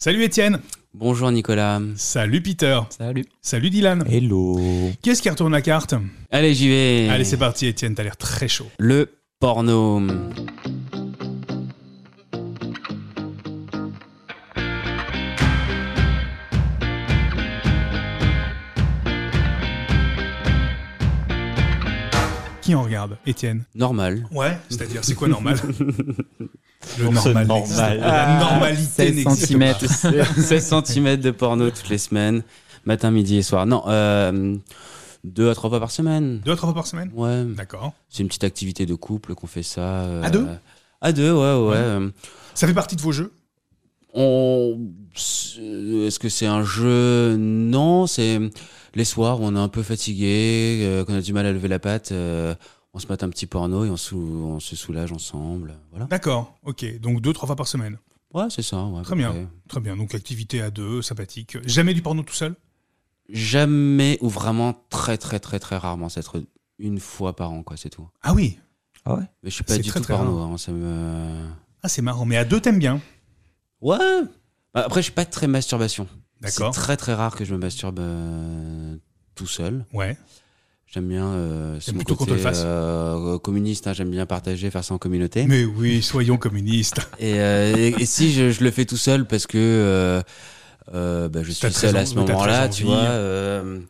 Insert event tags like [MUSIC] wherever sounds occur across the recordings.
Salut Étienne. Bonjour Nicolas. Salut Peter. Salut. Salut Dylan. Hello. Qu'est-ce qui retourne la carte Allez, j'y vais. Allez, c'est parti Étienne, t'as l'air très chaud. Le porno. Qui en regarde Étienne Normal. Ouais, c'est-à-dire c'est quoi normal [LAUGHS] Le Ce normal. normal. n'existe pas. La normalité 16 n'existe cm. pas. 16 cm de porno toutes les semaines, matin, midi et soir. Non, euh, deux à trois fois par semaine. Deux à trois fois par semaine Ouais, D'accord. c'est une petite activité de couple qu'on fait ça. euh, À deux À deux, ouais, ouais. Ouais. euh, Ça fait partie de vos jeux On... euh, Est-ce que c'est un jeu Non, c'est les soirs où on est un peu fatigué, euh, qu'on a du mal à lever la patte, euh, on se met un petit porno et on, sou- on se soulage ensemble. Voilà. D'accord, ok. Donc deux, trois fois par semaine. Ouais, c'est ça. ouais, à Très peu bien. près. Très bien, donc activité à deux, sympathique. Jamais du porno tout seul Jamais ou vraiment très très très très rarement. C'est être une fois par an, quoi, c'est tout. Ah oui Mais je suis pas C'est du très, tout très porno. hein, ça me... Ah c'est marrant, mais à deux t'aimes bien. Ouais. Bah, Après, je suis pas très masturbation. C'est D'accord. très très rare que je me masturbe euh, tout seul. Ouais, J'aime bien. Euh, c'est T'aimes mon plutôt qu'on te côté, le fasse euh, communiste. hein, J'aime bien partager, faire ça en communauté. mais oui, soyons communistes. Et, euh, et- et si je, je le fais tout seul parce que euh, euh, bah, je T'as suis très seul à envie- ce t'as très moment-là, tu envie. vois, euh,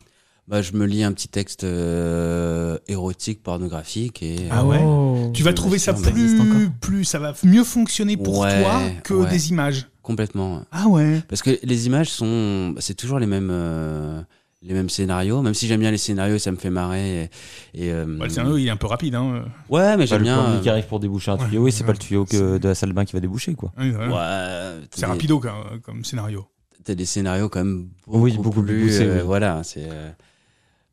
bah, je me lis un petit texte euh, érotique, pornographique et. euh, Ah ouais Oh. Tu vas Je trouver me ça suis embêté, c'est plus, encore. plus, ça va mieux fonctionner pour Ouais, toi que ouais. des images. Complètement. Ah ouais. Parce que les images sont, c'est toujours les mêmes, euh, les mêmes scénarios. Même si j'aime bien les scénarios, ça me fait marrer. Et, et, euh, Bah, le scénario, il est un peu rapide. Hein. ouais, mais Pas j'aime le bien. plombier euh, qui arrive pour déboucher un Ouais, tuyau, oui, c'est ouais, pas le tuyau que de la salle de bain qui va déboucher, quoi. Oui, voilà. ouais, C'est t'as des- rapido comme, comme scénario. T'as des scénarios quand même beaucoup, Oui, beaucoup plus plus. poussés, euh, oui. Voilà, c'est. euh,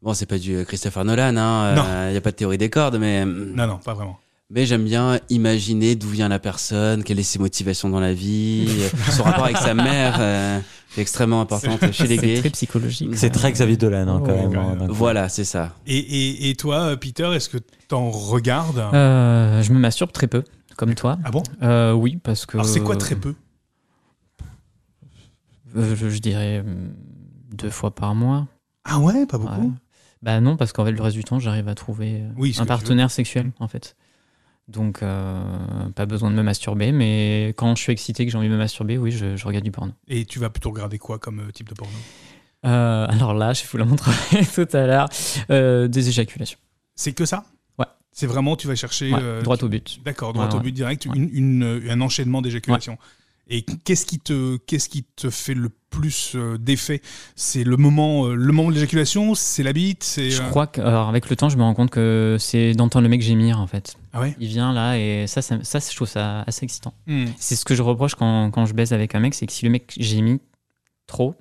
Bon, c'est pas du euh, Christopher Nolan, hein. Non. Il n'y a pas de théorie des cordes, mais. Mm. Non, non, pas vraiment. Mais j'aime bien imaginer d'où vient la personne, quelles sont ses motivations dans la vie, euh, son rapport avec sa mère, euh, c'est extrêmement importante chez les C'est gays. très psychologique. C'est très Xavier Dolan, hein, Oh, quand même. quand hein, même. donc. Voilà, c'est ça. Et, et, et toi, euh, Peter, est-ce que t'en regardes Euh, je me masturbe très peu, comme toi. Ah bon Euh, oui, parce que. Alors, c'est quoi très peu Euh, je, je dirais euh, deux fois par mois. Ah ouais, pas Ouais. beaucoup Bah non, parce qu'en fait, le reste du temps, j'arrive à trouver euh, Oui, ce que tu un veux. partenaire sexuel, en fait. Donc, euh, pas besoin de me masturber, mais quand je suis excité, que j'ai envie de me masturber, oui, je, je regarde du porno. Et tu vas plutôt regarder quoi comme euh, type de porno Euh, alors là, je vous la montrerai [LAUGHS] tout à l'heure, euh, des éjaculations. C'est que ça Ouais. C'est vraiment, tu vas chercher. Ouais, euh, droit au but. D'accord, droit Ouais, au ouais. but direct, Ouais. une, une, euh, un enchaînement d'éjaculation. Et qu'est-ce qui, te, qu'est-ce qui te fait le plus euh, d'effet C'est le moment, euh, le moment de l'éjaculation C'est la bite c'est, Je euh, crois que, alors, avec le temps, je me rends compte que c'est d'entendre le mec gémir, en fait. Ah ouais Il vient là, et ça, ça, ça, je trouve ça assez excitant. Hmm. C'est ce que je reproche quand, quand je baise avec un mec, c'est que si le mec gémit trop,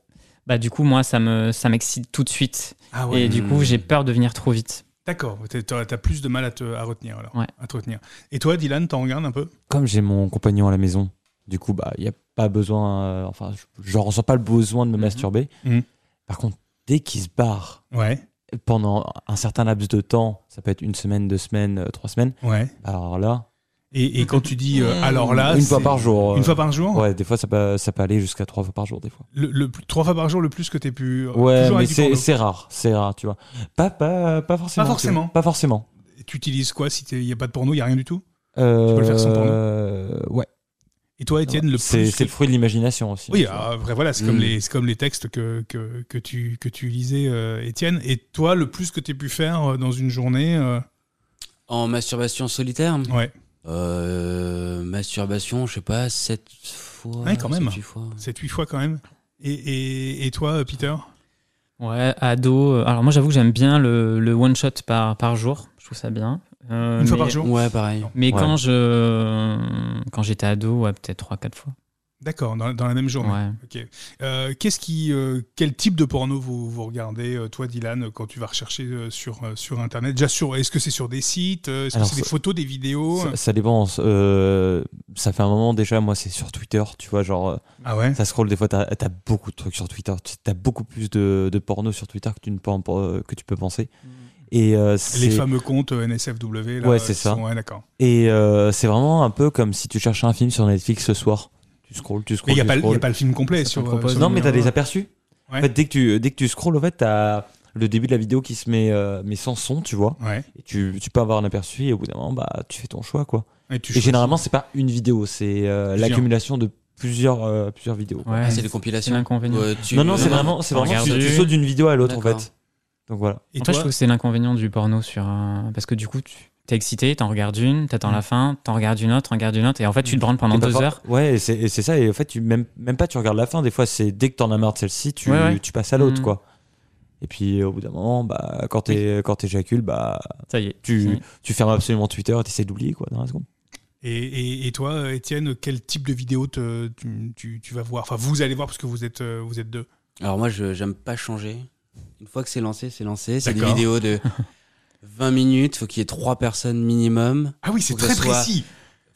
bah du coup, moi, ça me ça m'excite tout de suite. Ah ouais. Et du coup, j'ai peur de venir trop vite. D'accord, t'es- t'as t'as plus de mal à, te, à retenir alors. Ouais. À te retenir. Et toi, Dylan, t'en regardes un peu Comme j'ai mon compagnon à la maison, du coup, bah, il n'y a pas besoin. euh, enfin, je- je ressens pas le besoin de me Mhm. masturber. Mhm. Par contre, dès qu'il se barre Ouais, pendant un certain laps de temps, ça peut être une semaine, deux semaines, euh, trois semaines, ouais. bah, alors là. Et, et quand tu dis euh, Hmm. alors là. Une c'est- fois par jour. euh, Une fois par jour Ouais, des fois, ça peut, ça peut aller jusqu'à trois fois par jour, des fois. le, le plus- Trois fois par jour, le plus que t'es pu. euh, Ouais, toujours mais avec du c'est porno. c'est rare, c'est rare, tu vois. Pas, pas, pas forcément. Pas tu forcément. vois. Pas forcément. Et Tu utilises quoi Si il n'y a pas de porno, il n'y a rien du tout Tu peux le faire sans porno. Euh, Ouais. Et toi, Étienne, le Euh, C'est plus. c'est que- le fruit de l'imagination aussi. Oui, ah, tu vois. après voilà, c'est comme, Mm. les- c'est comme les textes que, que, que tu, que tu lisais, euh, Étienne. Et toi, le plus que t'es pu faire euh, dans une journée euh, En masturbation solitaire Ouais, euh, Masturbation, je sais pas, sept fois. Ouais, quand même. sept, huit fois. 7-8 fois quand même. Et, et, et toi, euh, Peter Ouais, ado. euh, Alors moi, j'avoue que j'aime bien le, le one shot par, par jour. Je trouve ça bien. Euh, Une fois mais- par jour Ouais, pareil. Non. Mais Ouais. quand je quand j'étais ado, ouais, peut-être trois, quatre fois. D'accord, dans, dans la même journée. Ouais. Euh, qu'est-ce qui, euh, quel type de porno vous, vous regardez, euh, toi Dylan, quand tu vas rechercher euh, sur, euh, sur Internet Déjà sur, est-ce que c'est sur des sites euh, Est-ce que Alors, c'est des ça- photos, des vidéos Ça, ça dépend. euh, ça fait un moment déjà, moi, c'est sur Twitter, tu vois, genre, euh, Ah ouais ça scroll des fois, t'as as beaucoup de trucs sur Twitter. tu- T'as beaucoup plus de, de porno sur Twitter que tu, ne pen- euh, que tu peux penser. Et euh, Mm. Les c'est fameux comptes euh, NSFW. Là, Ouais, c'est qui ça. sont- ouais, d'accord. et, euh, c'est vraiment un peu comme si tu cherchais un film sur Netflix ce soir. Tu scrolls, tu Mais scrolls. il n'y a, tu pas le- y a scrolls. pas le film complet Ça sur, te euh, propose- sur- Non, mais t'as Ouais. des aperçus. Ouais. En fait, dès que tu, dès que tu scrolls, en fait, t'as le début de la vidéo qui se met, euh, mais sans son, tu vois. Ouais. Et tu, tu peux avoir un aperçu et au bout d'un moment, bah, tu fais ton choix, quoi. Et tu Et choisis. généralement, c'est pas une vidéo, c'est euh, Plusieurs. l'accumulation de plusieurs, euh, plusieurs vidéos. quoi. Ouais, Ah, c'est des c'est compilations. l'inconvénient. Ouais, tu- Non, non, c'est vraiment, c'est on vraiment tu, regarde tu dessus. sautes d'une vidéo à l'autre, en D'accord. fait. Donc voilà. Et en fait, toi, je trouve que c'est l'inconvénient du porno sur un- parce que du coup, tu t'es excité, t'en regardes une, t'attends la fin, t'en regardes une autre, t'en regardes une autre, et en fait, tu te branles pendant T'es pas deux for- heures. Ouais, et c'est et c'est ça. Et en fait, tu, même, même pas tu regardes la fin. Des fois, c'est dès que t'en as marre de celle-ci, tu, Ouais, ouais. tu passes à l'autre, Mm. quoi. Et puis, euh, au bout d'un moment, bah, quand t'es- quand t'éjacules, bah, Ça y est. tu, fini. tu fermes absolument Twitter et t'essaies d'oublier, quoi, dans la seconde. et, et- et toi, euh, Étienne, quel type de vidéo te- tu, tu- tu vas voir Enfin, vous allez voir parce que vous êtes, euh, vous êtes deux. Alors moi, je j'aime pas changer. Une fois que c'est lancé, c'est lancé. C'est des D'accord. vidéos [LAUGHS] de 20 minutes. Faut qu'il y ait trois personnes minimum. Ah oui, c'est Faut que très ça soit- précis.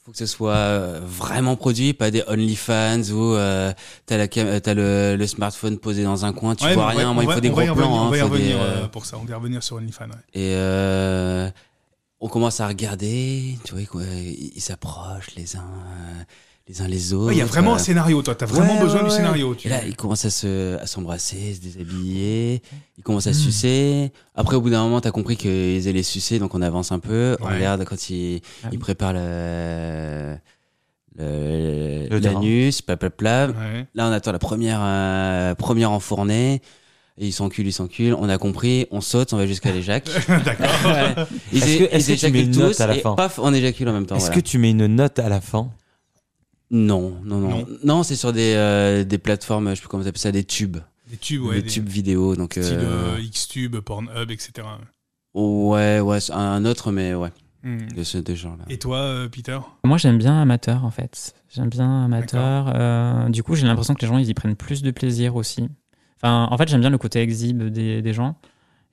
Faut que ce soit euh, vraiment produit, pas des OnlyFans où euh, t'as la cam- euh, t'as le, le smartphone posé dans un coin, tu Ouais, mais on vois va- rien. Moi, on il va- faut des on gros va y revenir- plans. hein, On va y faut des, revenir euh, euh, pour ça. On va y revenir sur OnlyFans. ouais. Et euh, on commence à regarder, tu vois, quoi, ils ils s'approchent les uns, euh, les uns les autres. Ouais, Il y a vraiment un euh, scénario, toi. T'as vraiment Ouais, besoin ouais, du ouais. scénario. tu- Et là, ils commencent à se, à s'embrasser, se déshabiller, ils commencent Hmm. à se sucer. Après, au bout d'un moment, t'as compris qu'ils allaient les sucer, donc on avance un peu. On Ouais. regarde quand ils, Ah ils oui. préparent le, le, Le terrain. l'anus, pla, pla, pla. Ouais. Là, on attend la première, euh, première enfournée. Et ils s'enculent, ils s'enculent. On a compris, on saute, on va [LAUGHS] jusqu'à l'éjac. [LAUGHS] D'accord. [LAUGHS] Ils, Est-ce que- é- est-ce ils que tu mets éjaculent une tous note à la et fin paf, on éjacule en même temps. Est-ce voilà. que tu mets une note à la fin Non, non, non. Non. Non, c'est sur des, euh, des plateformes, je sais plus comment ça s'appelle ça, des tubes. Des tubes, ouais. des, des- tubes vidéo. Donc, Style euh, euh, Xtube, Pornhub, etc. Ouais, ouais, c'est un- un autre, mais ouais, Hmm. de ce de ce genre-là. Et toi, euh, Peter Moi, j'aime bien amateur, en fait. J'aime bien amateur. Euh, du coup, j'ai l'impression que les gens, ils y prennent plus de plaisir aussi. Enfin, en fait, j'aime bien le côté exhibe des, des gens.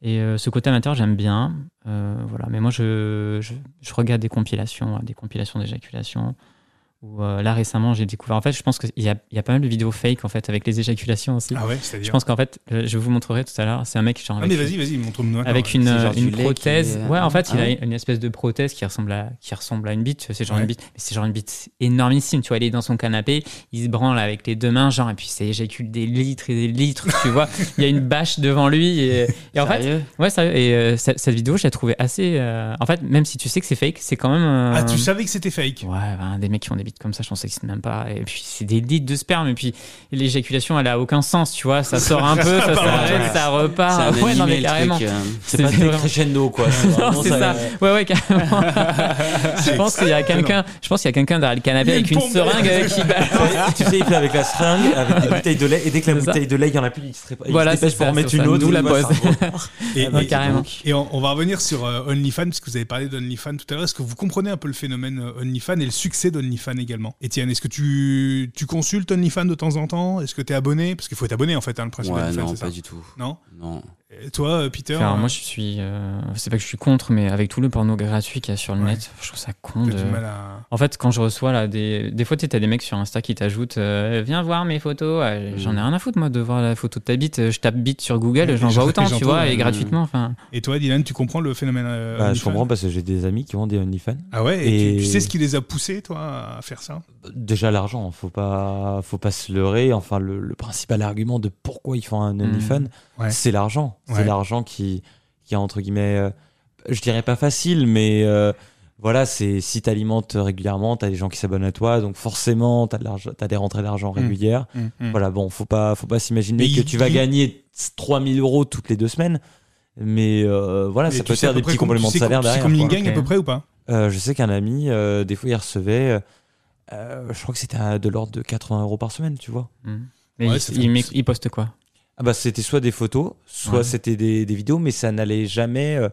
Et euh, ce côté amateur, j'aime bien. Euh, voilà. Mais moi, je, je, je regarde des compilations, hein, des compilations d'éjaculation. Ou euh, là, récemment, j'ai découvert. En fait, je pense qu'il y a, il y a pas mal de vidéos fake, en fait, avec les éjaculations aussi. Ah ouais, je c'est-à-dire. pense qu'en fait, euh, je vous montrerai tout à l'heure. C'est un mec, genre. Ah, avec mais une- vas-y, vas-y, montre-nous. maintenant. avec une, c'est genre euh, une du lait qui prothèse. est- Ouais, en fait, Ah il ouais. a une espèce de prothèse qui ressemble à, qui ressemble à une bite. tu vois, C'est genre Ouais. une bite, mais c'est genre une bite énormissime. Tu vois, il est dans son canapé, il se branle avec les deux mains, genre, et puis ça éjacule des litres et des litres. [LAUGHS] tu vois, il y a une bâche devant lui. Et, et en fait, Sérieux ouais, sérieux. Et euh, cette, cette vidéo, je la trouvais assez. euh, en fait, même si tu sais que c'est fake, c'est quand même. euh, Ah, tu savais que c'était fake Ouais, ben, des mecs qui ont des bites comme ça, je pensais que c'était même pas. Et puis, c'est des litres de sperme. Et puis, l'éjaculation, elle a aucun sens, tu vois. Ça sort un peu, ça s'arrête, ça C'est un ah, repart. Ouais, animé, non, mais le carrément. truc, euh. C'est pas des vraiment- crescendo, quoi. [LAUGHS] non, c'est euh, ça. Ouais, ouais, carrément. je pense qu'il y a quelqu'un, je pense qu'il y a quelqu'un derrière le canapé Il y a avec une une pompe. seringue euh, qui balance. tu sais, il fait avec la seringue, avec des bouteilles de lait, et dès que la C'est ça. bouteille de lait, il y en a plus, il se, répa- il Voilà, se dépêche c'est pour ça, en mettre c'est une ça. autre. D'où la tu vois, ça pause. [LAUGHS] repart. Et, Ah bah, et- carrément. et on, on va revenir sur euh, OnlyFans, parce que vous avez parlé d'OnlyFans tout à l'heure. Est-ce que vous comprenez un peu le phénomène euh, OnlyFans et le succès d'OnlyFans également Étienne, est-ce que tu, tu consultes OnlyFans de temps en temps Est-ce que tu es abonné Parce qu'il faut être abonné en fait, hein, le principe Ouais, d'OnlyFans, non, c'est ça pas du tout. Non Non. Et Toi, euh, Peter Enfin, euh, moi, je suis, euh, c'est pas que je suis contre, mais avec tout le porno gratuit qu'il y a sur le Ouais. net, je trouve ça con t'as de. du mal à. En fait, quand je reçois là des, des fois, tu sais, t'as des mecs sur Insta qui t'ajoutent, euh, viens voir mes photos. Euh, J'en ai rien à foutre moi de voir la photo de ta bite. Je tape bite sur Google, Ouais, j'en les vois gens- autant, les gens tu vois, trouvent, et euh, gratuitement. Enfin, Et toi, Dylan, tu comprends le phénomène euh, [LAUGHS] Bah, je OnlyFans comprends parce que j'ai des amis qui ont des OnlyFans. Ah ouais et tu- Et- tu sais ce qui les a poussés, toi, à faire ça Déjà l'argent, hein, faut pas, faut pas se leurrer. Enfin, le, le principal argument de pourquoi ils font Mmh. un OnlyFans, Ouais. c'est l'argent. Ouais. C'est l'argent qui, qui est entre guillemets, euh, je dirais pas facile, mais euh, voilà, c'est si t'alimentes régulièrement, t'as des gens qui s'abonnent à toi, donc forcément t'as de l'argent, t'as des rentrées d'argent Mmh. régulières. Hum, hum. Voilà, bon, faut pas, faut pas s'imaginer Mais que il- tu vas il- gagner 3000 euros toutes les deux semaines, mais euh, voilà, Et ça tu peut sais à faire peu des près petits com- compléments tu sais de salaire com- tu sais derrière. combien quoi. il gagne à Ok. peu près ou pas Euh, je sais qu'un ami, euh, des fois, il recevait, euh, euh, je crois que c'était à- de l'ordre de 80 euros par semaine, tu vois. hum. mais Ouais, ils- ça fait- ils, met- ils postent quoi Ah bah, c'était soit des photos, soit Ouais. c'était des, des vidéos, mais ça n'allait jamais, euh,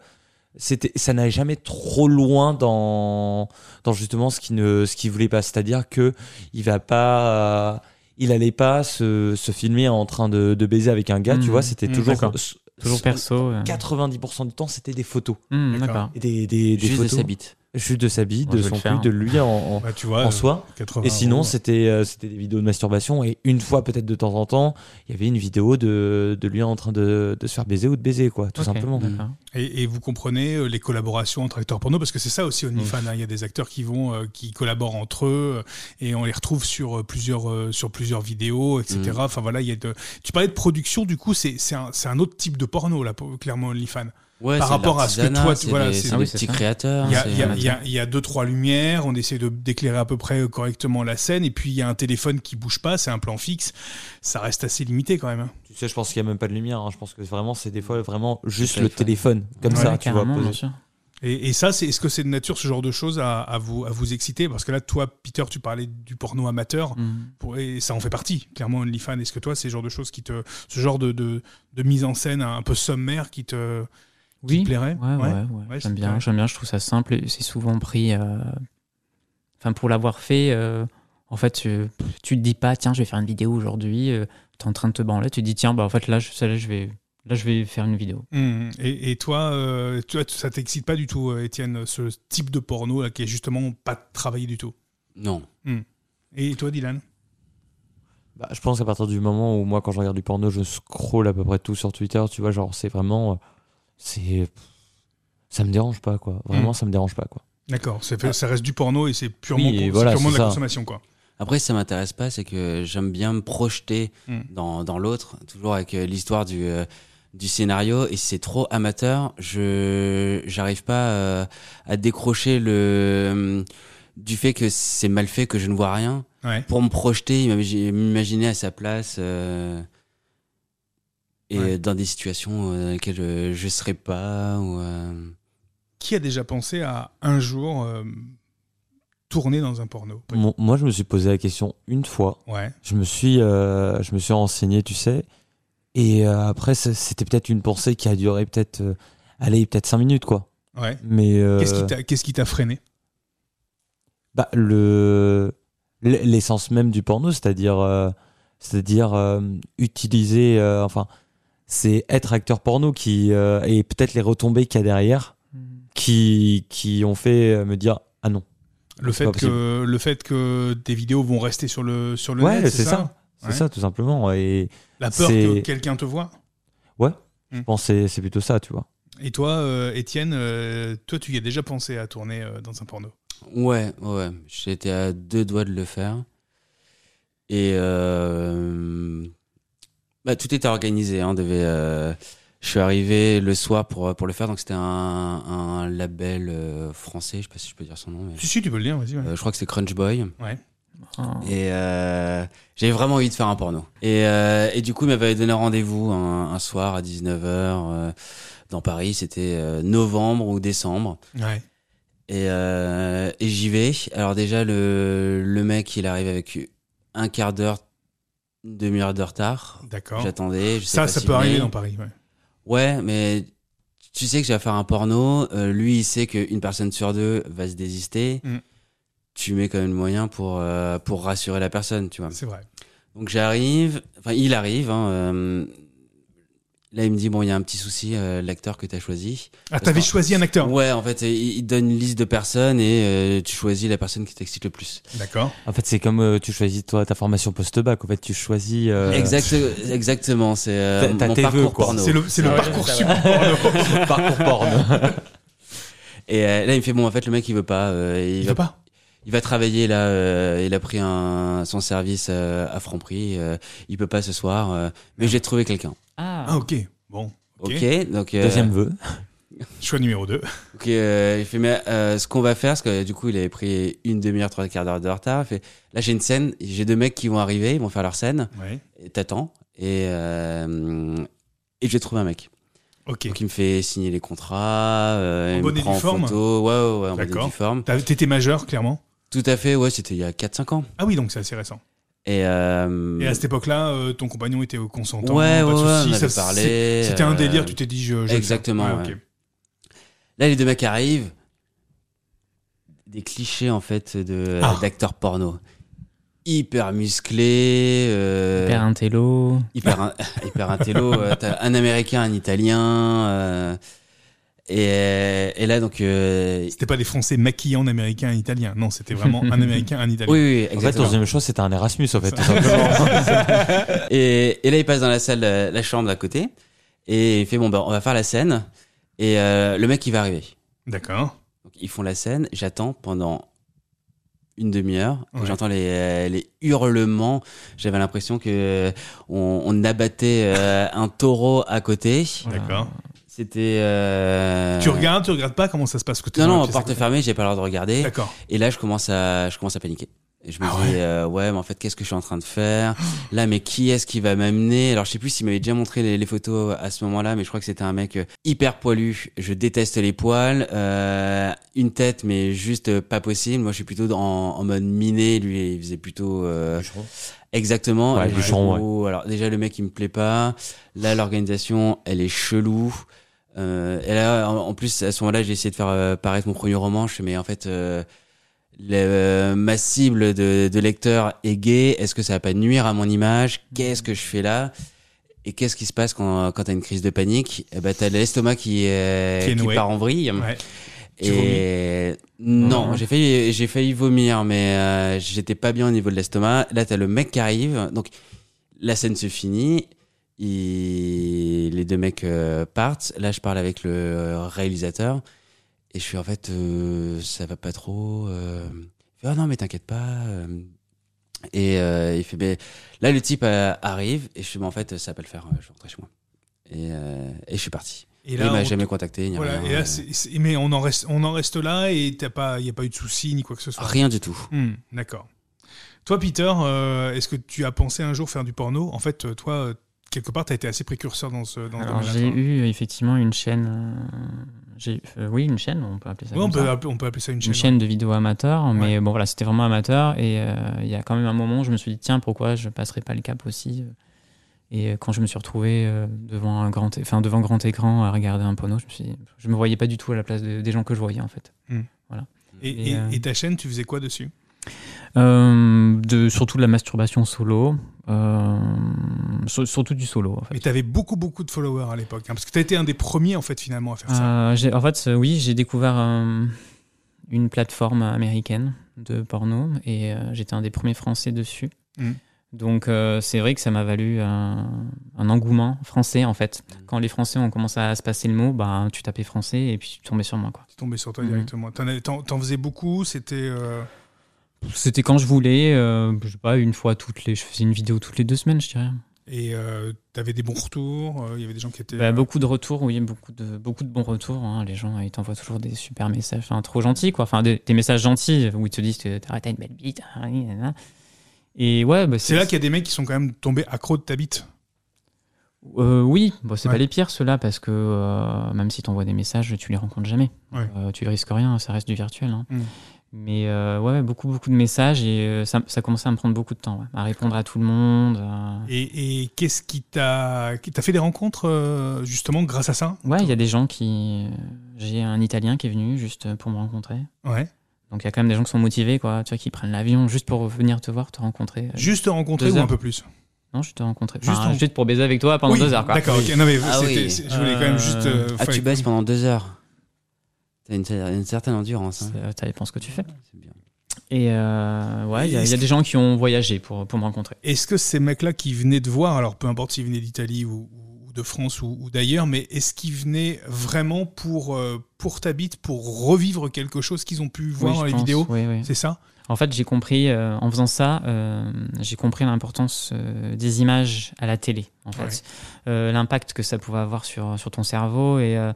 c'était, ça n'allait jamais trop loin dans, dans justement ce qu'il ne, ce qu'il voulait pas. C'est-à-dire que il va pas, euh, il allait pas se, se filmer en train de, de baiser avec un gars, tu Mhm. vois. C'était Mhm, toujours, d'accord. s- Toujours s- perso. euh. 90% du temps, c'était des photos. Hum, D'accord. D'accord. Et des, des, des Juste de photos. sa bite. Juste de sa bille, Moi, de je vais son le faire. hein. truc, de lui en, en- Bah, tu vois, en euh, soi. 80 Et sinon, euros. c'était euh, c'était des vidéos de masturbation. Et une fois, peut-être de temps en temps, il y avait une vidéo de, de lui en train de, de se faire baiser ou de baiser, quoi, tout Ok, Mm. simplement. d'accord. Et, et vous comprenez euh, les collaborations entre acteurs porno, parce que c'est ça aussi OnlyFans. Mm. hein. Il y a des acteurs qui vont, euh, qui collaborent entre eux, euh, et on les retrouve sur euh, plusieurs, euh, sur plusieurs vidéos, etc. Mm. Enfin voilà, il y a de... tu parlais de production, du coup, c'est c'est un, c'est un autre type de porno là, pour- clairement OnlyFans. Ouais, Par c'est de rapport à ce que l'artisanat, toi, tu- c'est voilà, des, c'est- c'est Ah des oui, c'est petits ça. créateurs. Il y a- c'est- il y a- il y a- il y a deux trois lumières, on essaie de d'éclairer à peu près euh, correctement la scène, et puis il y a un téléphone qui bouge pas, c'est un plan fixe. Ça reste assez limité quand même. hein. Tu sais, je pense qu'il n'y a même pas de lumière. hein. Je pense que vraiment, c'est des fois vraiment juste Le le téléphone, comme Ouais, ça, tu vois. carrément, posé. bien sûr. Et, et ça, c'est est-ce que c'est de nature ce genre de choses à, à vous à vous exciter Parce que là, toi, Peter, tu parlais du porno amateur. Mm. Pour- et ça en fait partie, clairement, OnlyFans. Est-ce que toi, c'est le genre de choses qui te. ce genre de, de, de mise en scène un peu sommaire qui te, qui te Oui. plairait Ouais, ouais, ouais. Ouais, c'est j'aime bien, clair. j'aime bien, je trouve ça simple. et C'est souvent pris. euh, Enfin, pour l'avoir fait, euh, en fait, tu, tu te dis pas, tiens, je vais faire une vidéo aujourd'hui. tu T'es en train de te branler, tu te dis, tiens, bah en fait, là, je, celle-là, je vais, là, je vais faire une vidéo. Hum, Et, et toi, euh, toi, ça t'excite pas du tout, euh, Étienne, ce type de porno là, qui est justement pas travaillé du tout Non. Et toi, Dylan Bah, je pense qu'à partir du moment où moi, quand je regarde du porno, je scroll à peu près tout sur Twitter, tu vois, genre, c'est vraiment. euh, C'est. Ça me dérange pas, quoi. Vraiment, Mm. ça me dérange pas, quoi. D'accord, c'est- ça reste du porno et c'est purement, Ah. Oui, et pour- c'est voilà, purement de c'est la ça. consommation, quoi. Après, si ça m'intéresse pas, c'est que j'aime bien me projeter Mm. dans, dans l'autre, toujours avec euh, l'histoire du, euh, du scénario. Et si c'est trop amateur, je j'arrive pas euh, à décrocher le hum, du fait que c'est mal fait, que je ne vois rien. Ouais. Pour me projeter, imagi- m'imaginer à sa place euh, et Ouais. dans des situations euh, dans lesquelles je, je serais pas. Ou, euh, Qui a déjà pensé à un jour euh, tourner dans un porno Mon- moi, je me suis posé la question une fois. Ouais. Je me suis, euh, je me suis renseigné, tu sais. Et euh, après, c'est- c'était peut-être une pensée qui a duré peut-être. euh, allez, peut-être 5 minutes, quoi. Ouais. Mais. euh, Qu'est-ce qui t'a- Qu'est-ce qui t'a freiné bah, le l- l'essence même du porno c'est-à-dire euh, c'est-à-dire euh, utiliser euh, enfin c'est être acteur porno qui euh, et peut-être les retombées qu'il y a derrière qui qui ont fait euh, me dire ah non Le C'est fait pas possible. que le fait que tes vidéos vont rester sur le sur le ouais net, c'est ça, c'est Ouais. ça tout simplement et La peur C'est- que quelqu'un te voit. je pense que c'est c'est plutôt ça tu vois Et toi, euh, Étienne, euh, toi, tu y as déjà pensé à tourner euh, dans un porno. Ouais, ouais. J'étais à deux doigts de le faire. Et euh, bah, tout était organisé. hein, on devait, euh, je suis arrivé le soir pour, pour le faire. Donc c'était un, un label euh, français. Je sais pas si je peux dire son nom. mais- Si, si, tu peux le dire, vas-y. ouais. Euh, je crois que c'est Crunch Boy. Oh. Et euh, j'ai vraiment envie de faire un porno. Et, euh, et du coup, il m'avait donné rendez-vous un, un soir à 19h dans Paris. C'était euh, novembre ou décembre. Ouais. Et, euh, et j'y vais. Alors déjà, le, le mec, il arrive avec un quart d'heure, une demi-heure de retard. D'accord. J'attendais. je sais Ça, pas ça s'il peut arriver venait. dans Paris. ouais. Ouais, mais tu sais que j'ai affaire à un porno. euh, lui, il sait qu'une personne sur deux va se désister. Mm. Tu mets quand même le moyen pour, euh, pour rassurer la personne, tu vois. C'est vrai. Ah, Donc j'arrive, enfin il arrive. hein, euh, là, il me dit, bon, il y a un petit souci, euh, l'acteur que tu as choisi. Ah, t'avais Parce que- choisi un acteur. Ouais, en fait, il il te donne une liste de personnes et euh, tu choisis la personne qui t'excite le plus. D'accord. en fait c'est comme euh, tu choisis toi ta formation post bac en fait tu choisis euh, Exact, exactement, c'est euh, T'as- t'as mon tes parcours vœux, quoi. porno. C'est le, c'est le Ouais. parcours sup [LAUGHS] porno. parcours porno Et euh, là, il me fait bon, en fait, le mec, il veut pas. euh, il, Il va, veut pas. il va travailler là. euh, il a pris un, son service euh, à Franprix. euh, il peut pas ce soir, euh, mais j'ai trouvé quelqu'un. Ah, Ah, ok. Bon. Ok, Ok. donc euh, deuxième vœu Choix numéro 2. Ok, euh, il fait, mais euh, ce qu'on va faire, parce que du coup, il avait pris une demi-heure, trois quarts d'heure de retard. Il fait, là, j'ai une scène, j'ai deux mecs qui vont arriver, ils vont faire leur scène, Ouais. et t'attends, et, euh, et je vais trouver un mec. Ok. Donc, il me fait signer les contrats, euh, En il bonne me et prend due en forme photo, ouais, ouais, ouais, en bonne et D'accord. due forme. T'as- T'étais majeur, clairement. Tout à fait, ouais, c'était il y a 4-5 ans. Ah oui, donc c'est assez récent. Et, euh, Et à cette époque-là, euh, ton compagnon était au consentant. ouais, ouais, pas de ouais, soucis, on avait ça- parlé. C'était un euh, délire, tu t'es dit je. je vais le faire. exactement, Ouais, ouais. ok. Là, les deux mecs arrivent. Des clichés, en fait, de- euh, Ah. d'acteurs porno. Hyper musclés, euh, Père Intello. [LAUGHS] hyper, un- hyper intello. euh, T'as un américain, un italien. euh, Et, et là, donc. euh, C'était pas des Français maquillés en américain et italien. Non, c'était vraiment [LAUGHS] un américain, un italien. oui, oui, En fait, exactement. ton deuxième choix, c'était un Erasmus, en fait. tout simplement. et, et là, il passe dans la salle, euh, la chambre d'à côté. Et il fait Bon, ben, on va faire la scène. Et euh, le mec, il va arriver. [LAUGHS] D'accord. Donc, ils font la scène. J'attends pendant une demi-heure. et Ouais. J'entends les, euh, les hurlements. J'avais l'impression que euh, on, on abattait euh, un taureau à côté. Voilà. D'accord. C'était. euh, Tu regardes, tu regardes pas comment ça se passe que t'es Non, dans la non, pièce à porte côté. fermée, j'ai pas le droit de regarder. D'accord. Et là, je commence à, je commence à paniquer. Et je me Ah dis, ouais. euh, ouais, mais en fait, qu'est-ce que je suis en train de faire Là, mais qui est-ce qui va m'amener Alors, je sais plus s'il m'avait déjà montré les, les photos à ce moment-là, mais je crois que c'était un mec euh, hyper poilu. Je déteste les poils. euh, une tête, mais juste euh, pas possible. Moi, je suis plutôt en, en mode miné. Lui, il faisait plutôt... euh, Exactement. Ouais, Et bûcheron, du coup, Alors déjà le mec il me plaît pas. Là l'organisation elle est chelou. Euh, et là en, en plus à ce moment-là j'ai essayé de faire euh, paraître mon premier roman. Je fais, mais en fait euh, le- euh, ma cible de, de lecteur est gay. Est-ce que ça va pas nuire à mon image Qu'est-ce que je fais là Et qu'est-ce qui se passe quand quand t'as une crise de panique Eh ben t'as l'estomac qui euh, Qui est qui, noué. part en vrille. Ouais. Tu Et non, Ouais. j'ai failli, j'ai failli vomir, mais euh, j'étais pas bien au niveau de l'estomac. Là, t'as le mec qui arrive, donc la scène se finit. il- Les deux mecs euh, partent. Là, je parle avec le euh, réalisateur et je suis en fait, euh, ça va pas trop. euh. Il fait, ah non, mais t'inquiète pas. euh. Et euh, il fait, ben, là, le type euh, arrive et je suis, mais en fait, ça va pas le faire. euh, Je rentre chez moi. Et, euh, et je suis parti. Et Et là, il m'a on- jamais contacté. ni voilà, rien, et là, euh, c'est- c'est- mais on en reste, on en reste là et t'as pas, y a pas eu de soucis ni quoi que ce soit. rien du tout. Hmm, D'accord. Toi, Peter, euh, est-ce que tu as pensé un jour faire du porno En fait, euh, toi, euh, quelque part, t'as été assez précurseur dans ce, dans ce Alors domaine-là, j'ai toi. eu euh, effectivement une chaîne. euh, j'ai euh, oui, une chaîne, on peut appeler ça. Ouais, on, comme peut, ça. appeler- on peut appeler ça une Une chaîne. hein. ouais. chaîne de vidéos amateurs, mais bon voilà, c'était vraiment amateur. Et euh, il y a quand même un moment où je me suis dit, tiens, pourquoi je passerai pas le cap aussi Et euh, quand je me suis retrouvé euh, devant, un grand, é- enfin, devant grand écran à regarder un porno, je me, suis dit- je me voyais pas du tout à la place de- des gens que je voyais en fait. Et, Et, et- euh, et ta chaîne, tu faisais quoi dessus Euh, de, surtout de la masturbation solo, euh, sur- surtout du solo en fait. Mais t'avais beaucoup, beaucoup de followers à l'époque, hein, parce que t'as été un des premiers, en fait, finalement, à faire Ah. ça. Euh, j'ai- en fait, euh, oui, j'ai découvert euh, une plateforme américaine de porno et euh, j'étais un des premiers Français dessus. Mm. Donc euh, c'est vrai que ça m'a valu un, un engouement français en fait. Quand les Français ont commencé à se passer le mot, bah, tu tapais français et puis tu tombais sur moi. Quoi. C'est tombé sur toi Mhm. directement. T'en avais- T'en t'en faisais beaucoup, c'était... euh, C'était quand je voulais, euh, je sais pas, une fois toutes les... Je faisais une vidéo toutes les deux semaines, je dirais. et euh, t'avais des bons retours, euh, il y avait des gens qui étaient... Bah, euh, beaucoup de retours, oui, beaucoup de, beaucoup de bons retours. hein. Les gens, ils t'envoient toujours des super messages, enfin, trop gentils, quoi. Enfin, des, des messages gentils où ils te disent, que t'as t'as une belle bite. hein, hein, hein, hein. Et ouais, bah, C'est là qu'il y a des mecs qui sont quand même tombés accros de ta bite. Euh, oui, bon, c'est Ouais. pas les pires, ceux-là, parce que euh, même si t'envoies des messages, tu les rencontres jamais. Ouais. Euh, tu risques rien, ça reste du virtuel. hein. Mm. Mais euh, ouais, beaucoup, beaucoup de messages et euh, ça, ça commençait à me prendre beaucoup de temps, ouais, à répondre à tout le monde. euh. Et, et qu'est-ce qui t'a... qui- T'as fait des rencontres, euh, justement, grâce à ça Ouais, il y a des gens qui. J'ai un Italien qui est venu juste pour me rencontrer. Ouais. Donc il y a quand même des gens qui sont motivés, quoi, tu vois, qui prennent l'avion juste pour venir te voir, te rencontrer. Euh, Juste te rencontrer deux ou un heures. peu plus Non, je te rencontrer. Juste Juste, en- juste pour baiser avec toi pendant Oui, deux heures, quoi. D'accord, ok. Non, mais Ah c'était- oui. c'est- je voulais quand même juste... Euh, euh, Ah, fallait- tu baisses pendant deux heures. T'as une, cer- une certaine endurance. Hein. C'est- euh, Ça dépend ce que tu fais. C'est bien. Et euh, ouais, il y, a- il y Est-ce a que- des gens qui ont voyagé pour, pour me rencontrer. Est-ce que ces mecs-là qui venaient de voir, alors peu importe s'ils venaient d'Italie ou, ou de France ou, ou d'ailleurs, mais est-ce qu'ils venaient vraiment pour, euh, pour ta bite, pour revivre quelque chose qu'ils ont pu voir Oui, dans je les pense. vidéos Oui, oui. C'est ça En fait, j'ai compris, euh, en faisant ça, euh, j'ai compris l'importance euh, des images à la télé, en fait. Ouais. Euh, L'impact que ça pouvait avoir sur, sur ton cerveau. Et euh,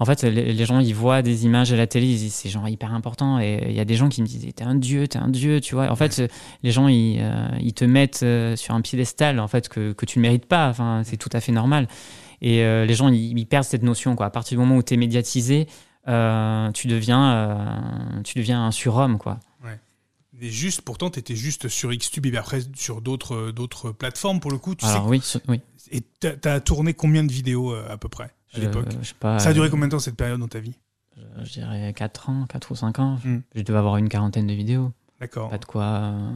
en fait, les, les gens, ils voient des images à la télé, ils disent c'est genre hyper important. Et il y a des gens qui me disent t'es un dieu, t'es un dieu, tu vois. En fait, euh, les gens, ils, euh, ils te mettent euh, sur un piédestal, en fait, que, que tu ne mérites pas. Enfin, c'est tout à fait normal. Et euh, les gens, ils, ils perdent cette notion, quoi. À partir du moment où t'es médiatisé, euh, tu deviens, euh, tu deviens un surhomme, quoi. mais juste, pourtant, tu étais juste sur Xtube et après sur d'autres euh, d'autres plateformes pour le coup. Tu Alors oui, ce- oui. sais, et t'as- t'as tourné combien de vidéos euh, à peu près à Je- l'époque je sais pas, Ça a duré euh, combien de temps cette période dans ta vie je- Je dirais 4 ans, 4 ou 5 ans. Hmm. Je devais avoir une quarantaine de vidéos. D'accord. Pas de quoi. euh,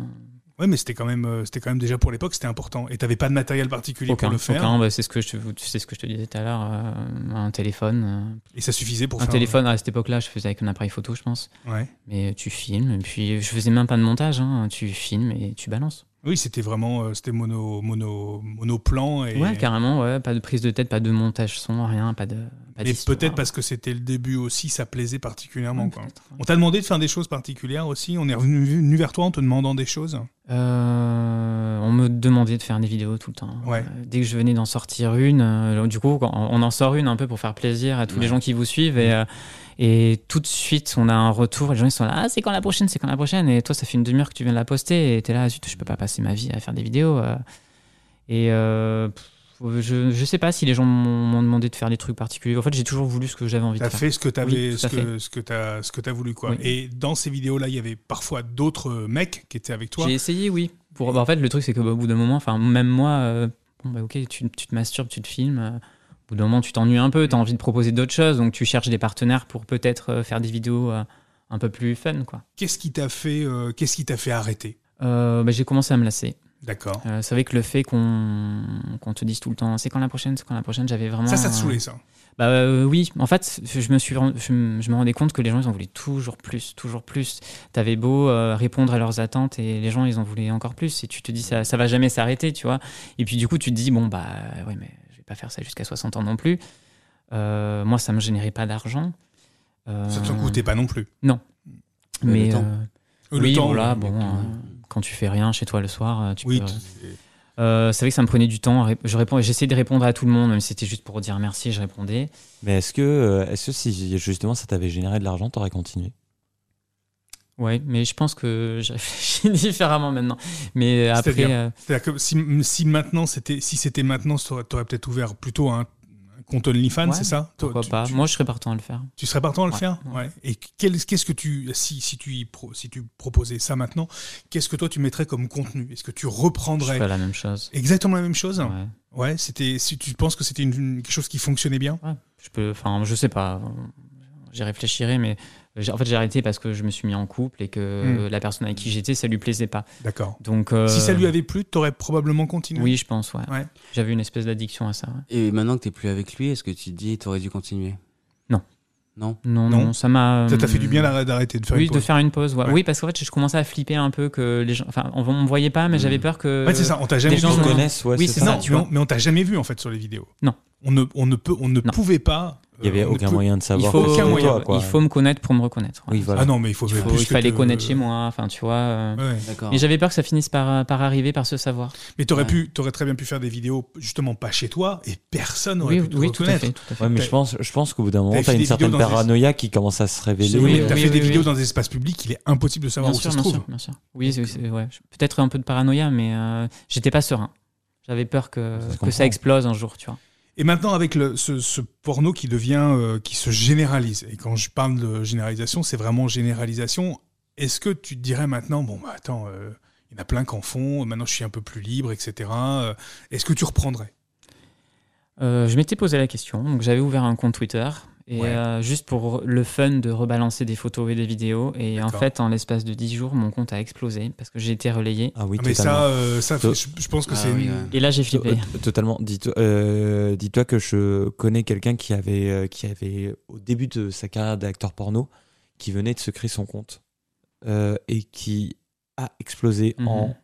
Ouais, mais c'était quand même, euh, c'était quand même déjà pour l'époque, c'était important. Et t'avais pas de matériel particulier Aucun, pour le faire. aucun, bah, c'est ce que je, te- tu sais ce que je te disais tout à l'heure, euh, un téléphone. euh, Et ça suffisait pour un faire. téléphone, à cette époque-là, je faisais avec un appareil photo, je pense. Ouais. Mais tu filmes, et puis je faisais même pas de montage, hein, tu filmes et tu balances. Oui, c'était vraiment, euh, c'était mono, mono, monoplan et. Ouais, carrément, ouais, pas de prise de tête, pas de montage son, rien, pas de. Pas mais d'histoire. peut-être parce que c'était le début aussi, ça plaisait particulièrement. Ouais, quoi. peut-être, ouais. On t'a demandé de faire des choses particulières aussi. On est revenu venu vers toi en te demandant des choses. Euh, on me demandait de faire des vidéos tout le temps. Ouais. Euh, dès que je venais d'en sortir une, euh, du coup, quand on en sort une un peu pour faire plaisir à tous les Ouais. gens qui vous suivent. Et, euh, et tout de suite, on a un retour. et Les gens ils sont là, ah, c'est quand la prochaine, c'est quand la prochaine. Et toi, ça fait une demi-heure que tu viens de la poster. Et t'es là, Ah, zut, je peux pas passer ma vie à faire des vidéos. euh. Et euh, pff, je, je sais pas si les gens m'ont m'ont demandé de faire des trucs particuliers. En fait, j'ai toujours voulu ce que j'avais envie de T'as faire. fait ce que t'avais, Oui, tout ce à que, ce que t'as, ce que t'as voulu quoi. Oui. Et dans ces vidéos là, il y avait parfois d'autres euh, mecs qui étaient avec toi. J'ai essayé, oui. Pour, bah, en fait, le truc, c'est que bah, au bout d'un moment, enfin, même moi, euh, bon, bah, ok, tu, tu te masturbes, tu te filmes. euh, au bout d'un moment, tu t'ennuies un peu, tu as envie de proposer d'autres choses, donc tu cherches des partenaires pour peut-être euh, faire des vidéos euh, un peu plus fun, quoi. Qu'est-ce qui t'a fait, euh, qu'est-ce qui t'a fait arrêter Euh, bah, j'ai commencé à me lasser. D'accord. Euh, c'est vrai que le fait qu'on qu'on te dise tout le temps c'est quand la prochaine, c'est quand la prochaine, j'avais vraiment. Ça, ça te euh, saoulait ça. Bah euh, oui, en fait, je me suis ren- je, me- je me rendais compte que les gens ils en voulaient toujours plus, toujours plus. T'avais beau euh, répondre à leurs attentes et les gens ils en voulaient encore plus et tu te dis ça ça va jamais s'arrêter, tu vois. Et puis du coup, tu te dis bon bah ouais mais je vais pas faire ça jusqu'à 60 ans non plus. Euh, moi ça me générait pas d'argent. Euh, Ça te coûtait pas non plus. Et mais le temps. euh, Le oui, temps, voilà, euh, bon euh, quand tu fais rien chez toi le soir, euh, tu Oui. peux tu- euh, c'est vrai que ça me prenait du temps, à rép- je réponds j'essayais de répondre à tout le monde même si c'était juste pour dire merci, je répondais. Mais est-ce que, euh, est-ce que si justement ça t'avait généré de l'argent, t'aurais continué Ouais, mais je pense que je [LAUGHS] réfléchis différemment maintenant. Mais après, C'est-à-dire euh, C'est-à-dire que si, si maintenant c'était, si c'était maintenant, t'aurais t'aurais peut-être ouvert plutôt un, un compte OnlyFans, Ouais, c'est ça Toi, pourquoi tu- pas tu- Moi, je serais partant à le faire. Tu serais partant à le Ouais, faire ouais. ouais. Et quel- qu'est-ce que tu, si, si, tu y pro- si tu proposais ça maintenant, qu'est-ce que toi tu mettrais comme contenu Est-ce que tu Je reprendrais ferais la même chose. exactement la même chose Ouais, Ouais. c'était, si tu penses que c'était une- une- quelque chose qui fonctionnait bien Ouais, Je peux, enfin, je sais pas. J'y réfléchirai, mais j'ai- en fait, j'ai arrêté parce que je me suis mis en couple et que la personne avec qui j'étais, ça lui plaisait pas. D'accord. Donc, euh, Hmm. Si ça lui avait plu, t'aurais probablement continué. oui, je pense, ouais. Ouais. J'avais une espèce d'addiction à ça. ouais. Et maintenant que t'es plus avec lui, est-ce que tu te dis t'aurais dû continuer Non. Non Non, Non. non, ça m'a. Ça t'a fait euh, du bien d'arrêt- d'arrêter de faire Oui, une de pause. faire une pause. ouais. Ouais. Oui, parce qu'en fait, je commençais à flipper un peu que les gens. Enfin, on, on me voyait pas, mais Mm. j'avais peur que. Ouais, c'est ça. On t'a jamais euh, des vu. gens dans- me Non, connaissent, ouais, Oui, c'est c'est ça. ça, tu vois. mais on t'a jamais vu en fait sur les vidéos. Non. On ne, on ne peut, on ne Non. pouvait pas. Il n'y avait euh, on ne aucun peut- moyen de Il savoir faut, que aucun c'était moyen, toi, quoi. il faut me connaître pour me reconnaître. Oui, voilà. Ah non, mais il faut. Il, faut- plus il que fallait te- connaître chez moi, enfin tu vois. euh. Ouais, ouais. D'accord. Mais j'avais peur que ça finisse par, euh, par arriver, par se savoir. Mais t'aurais Ouais. pu, t'aurais très bien pu faire des vidéos justement pas chez toi et personne n'aurait Oui, pu te oui, tout à reconnaître. fait. tout à fait. Ouais, mais T'as- je pense, je pense qu'au bout d'un moment, T'avais t'as fait une des certaine vidéos dans des- paranoïa qui commence à se Je sais révéler. pas, Oui, t'as oui, fait des oui, vidéos oui. dans des espaces publics, il est impossible de savoir Bien où sûr, ça se bien trouve. sûr, bien sûr. Oui, c'est- c'est- ouais. je- peut-être un peu de paranoïa, mais euh, j'étais pas serein. J'avais peur que Ça se ça, que comprend. ça explose un jour, tu vois. Et maintenant, avec le, ce, ce porno qui devient, euh, qui se généralise, et quand je parle de généralisation, c'est vraiment généralisation, est-ce que tu te dirais maintenant, bon, bah attends, euh, il y en a plein qui en font, maintenant je suis un peu plus libre, etc. euh, est-ce que tu reprendrais Euh, je m'étais posé la question, donc j'avais ouvert un compte Twitter. Et Ouais. euh, juste pour le fun de rebalancer des photos et des vidéos. Et en D'accord. fait, en l'espace de 10 jours, mon compte a explosé parce que j'ai été relayé. Ah oui, Ah, Mais totalement. ça, euh, ça To- je, je pense que Ah c'est. oui, une- ouais. Et là, j'ai To- flippé. euh, Totalement. Dis-toi euh, dis-toi que je connais quelqu'un qui avait, euh, qui avait, au début de sa carrière d'acteur porno, qui venait de se créer son compte euh, et qui a explosé Mhm. en.